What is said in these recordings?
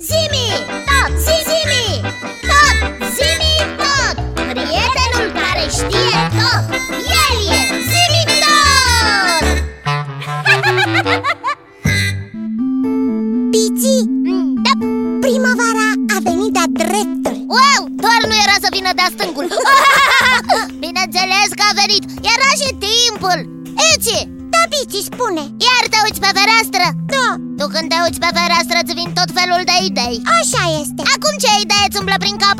Zimi, tot, zimi, tot, zimi, tot Prietenul care știe tot, el e zimi tot Pici, da, primăvara a venit de-a dreptul Wow, doar nu era să vină de-a stângul Bineînțeles că a venit, era și timpul Eci, da, Pici, spune Iar te uiți pe fereastră? Da Tu când te uiți pe fereastră îți vin tot felul de idei Așa este Acum ce idee îți umblă prin cap?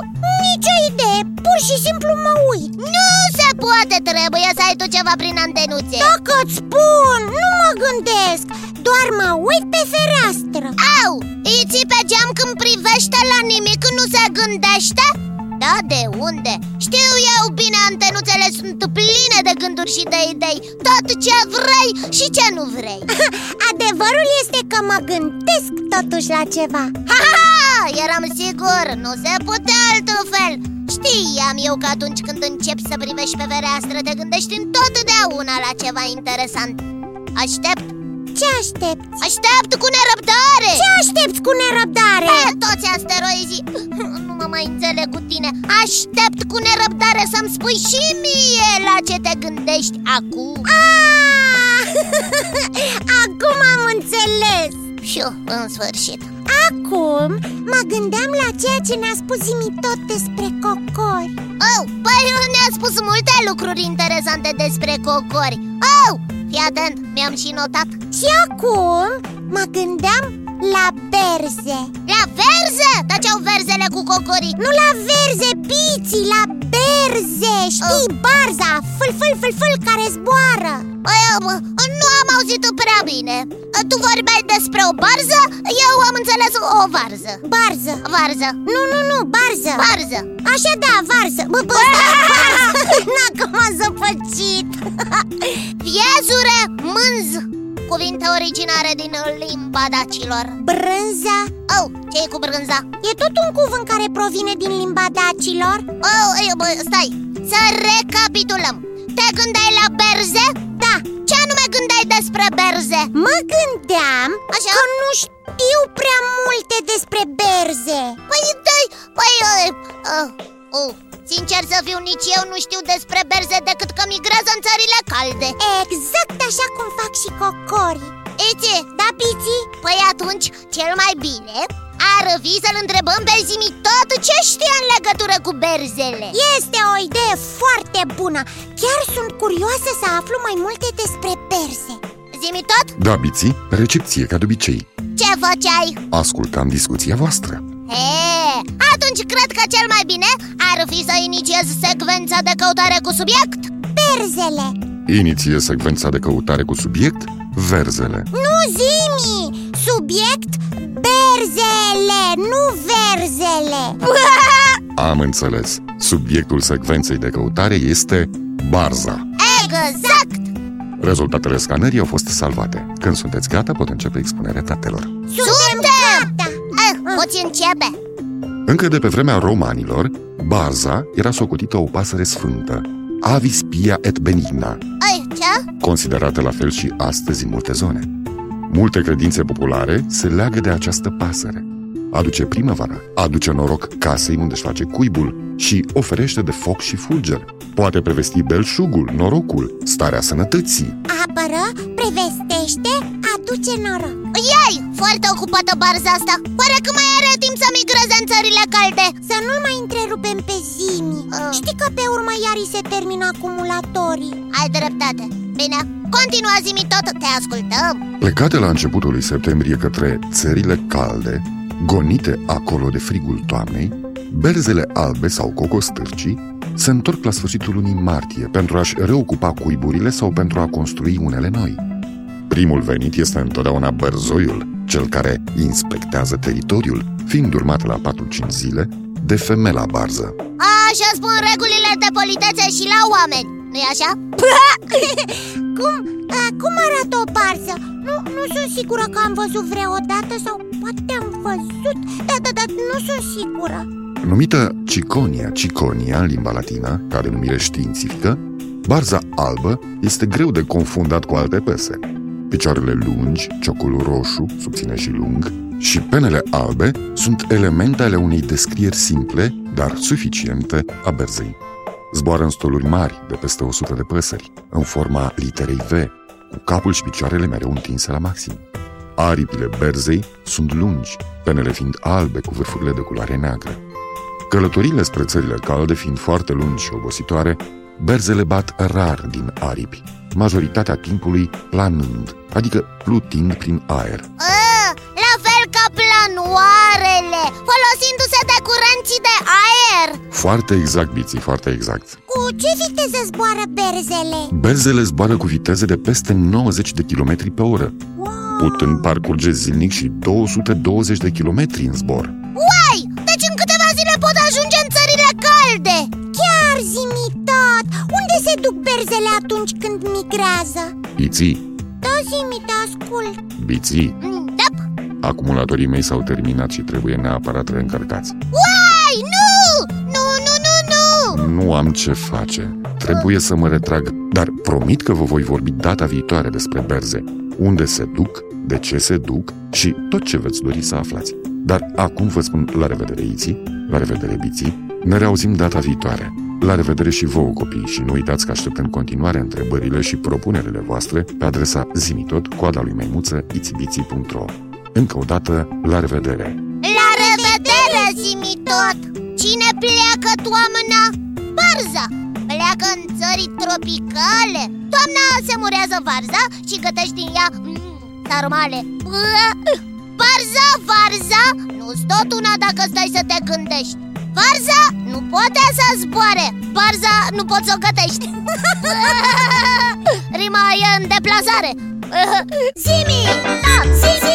Nicio idee, pur și simplu mă uit Nu se poate, trebuie să ai tu ceva prin antenuțe Dacă îți spun, nu mă gândesc Doar mă uit pe fereastră Au, iți pe geam când privește la nimic nu se gândește? Da, de unde? Știu eu bine, antenuțele sunt pline de gânduri și de idei Tot ce vrei și ce nu vrei Adevărul este că mă gândesc totuși la ceva Ha, ha, ha! Eram sigur, nu se putea altfel Știam eu că atunci când începi să privești pe fereastră Te gândești întotdeauna la ceva interesant Aștept, Ce aștepți? aștept cu nerăbdare Ce aștepți cu nerăbdare? E, Eh, toți asteroizii Nu mă mai înțeleg cu tine Aștept cu nerăbdare să-mi spui și mie la ce te gândești acum Ah! Acum am înțeles Fiu, în sfârșit Acum mă gândeam la ceea ce ne-a spus Zimi tot despre cocori Oh, păi ne-a spus multe lucruri interesante despre cocori Oh, fii atent, mi-am și notat Și acum mă gândeam la berze La verze? Dar ce-au verzele cu cocorii? Nu la verze, piții, la berze Știi, barza, fâl, fâl, fâl, fâl, care zboară Păi, mă, nu am auzit prea bine Tu vorbeai despre o barză? Eu am înțeles o varză Barză Varză Nu, nu, nu, barză Varză Așa da, varză Bă, bă, varză Na, că m-a zăpăcit Viezure, mânz Cuvinte originare din limba dacilor Brânza Oh, ce cu brânza? E tot un cuvânt care provine din limba dacilor Oh, ei, bă, stai, să recapitulăm Te gândeai la berze? Da, Ce anume gândeai despre berze? mă gândeam Așa? că nu știu prea multe despre berze Păi, dai, păi, uh, uh, uh, sincer să fiu, nici eu nu știu despre berze decât că migrează în țările calde Exact așa cum fac și cocorii Ece, Da, piții? păi atunci, cel mai bine ar fi să-l întrebăm pe Zimi tot ce știe în legătură cu berzele Este o idee foarte bună Chiar sunt curioasă să aflu mai multe despre perse Zimi tot, Da, Biții, recepție ca de obicei. ce făceai? Ascultam discuția voastră. E, atunci cred că cel mai bine ar fi să inițiez secvența de căutare cu subiect Perzele Iniție secvența de căutare cu subiect, verzele. Nu zimi Subiect Berzele Nu verzele Am înțeles. Subiectul secvenței de căutare este barza. Exact! Rezultatele scanării au fost salvate. Când sunteți gata, pot începe expunerea datelor. Suntem! gata Eh, Poți începe! Încă de pe vremea romanilor, barza era socotită o pasăre sfântă, avis pia et benigna, Ei, ce? considerată la fel și astăzi în multe zone. Multe credințe populare se leagă de această pasăre. Aduce primăvara, aduce noroc casei unde își face cuibul și oferește de foc și fulger. Poate prevesti belșugul, norocul, starea sănătății. Apără, prevestește, aduce noroc Ei, foarte ocupată barza asta Pare că mai are timp să migreze în țările calde Să nu-l mai întrerupem pe zimi Ah. Știi că pe urmă iar îi se termină acumulatorii Ai dreptate Bine, continua zimi tot, te ascultăm Plecate la începutul lui septembrie către țările calde, gonite acolo de frigul toamnei, berzele albe sau cocostârcii se întorc la sfârșitul lunii martie pentru a-și reocupa cuiburile sau pentru a construi unele noi. Primul venit este întotdeauna bărzoiul, cel care inspectează teritoriul, fiind urmat la 4-5 zile de femela barză. Așa spun regulile de politețe și la oameni nu-i așa? Cum, a, cum arată o barză? Nu, nu sunt sigură că am văzut vreodată sau poate am văzut Da, da, da, nu sunt sigură Numită Ciconia, Ciconia în limba latină, ca denumire științifică, barza albă este greu de confundat cu alte pese. Picioarele lungi, ciocul roșu, subține și lung, și penele albe sunt elemente ale unei descrieri simple, dar suficiente, a berzei. Zboară în stoluri mari, de peste 100 de păsări, în forma literei V, cu capul și picioarele mereu întinse la maxim. Aripile berzei sunt lungi, penele fiind albe cu vârfurile de culoare neagră. Călătorile spre țările calde fiind foarte lungi și obositoare, berzele bat rar din aripi, majoritatea timpului planând, adică plutind prin aer. A, Ă, la fel ca planoarele, folosindu-se de curent și de aer Foarte exact, Biții, foarte exact. Cu ce viteză zboară berzele? Berzele zboară cu viteze de peste 90 de km pe oră, Wow! putând parcurge zilnic și 220 de km în zbor. Uai, deci în câteva zile pot ajunge în țările calde Chiar zimitat! Unde se duc berzele atunci când migrează? Iții, Da, zimi, te ascult biții, Mm, Da, acumulatorii mei s-au terminat și trebuie neapărat reîncărcați. uai, nu, nu, nu, nu, nu Nu am ce face. Trebuie să mă retrag, dar promit că vă voi vorbi data viitoare despre berze. Unde se duc, de ce se duc și tot ce veți dori să aflați. Dar acum vă spun la revedere, Iții, la revedere, Biții. Ne reauzim data viitoare. La revedere și vouă, copii, și nu uitați că aștept în continuare întrebările și propunerile voastre pe adresa zimitot, coada lui maimuță, itibiții.ro. Încă o dată, la revedere! La revedere, zimi tot Cine pleacă toamna? Barza Pleacă în țări tropicale Toamna se murează varza și gătești din ea mm, sarmale Barza, varza, nu-s tot una dacă stai să te gândești Varza nu poate să zboare Barza nu poți să o gătești Rima e în deplasare Zimi, tot, zimi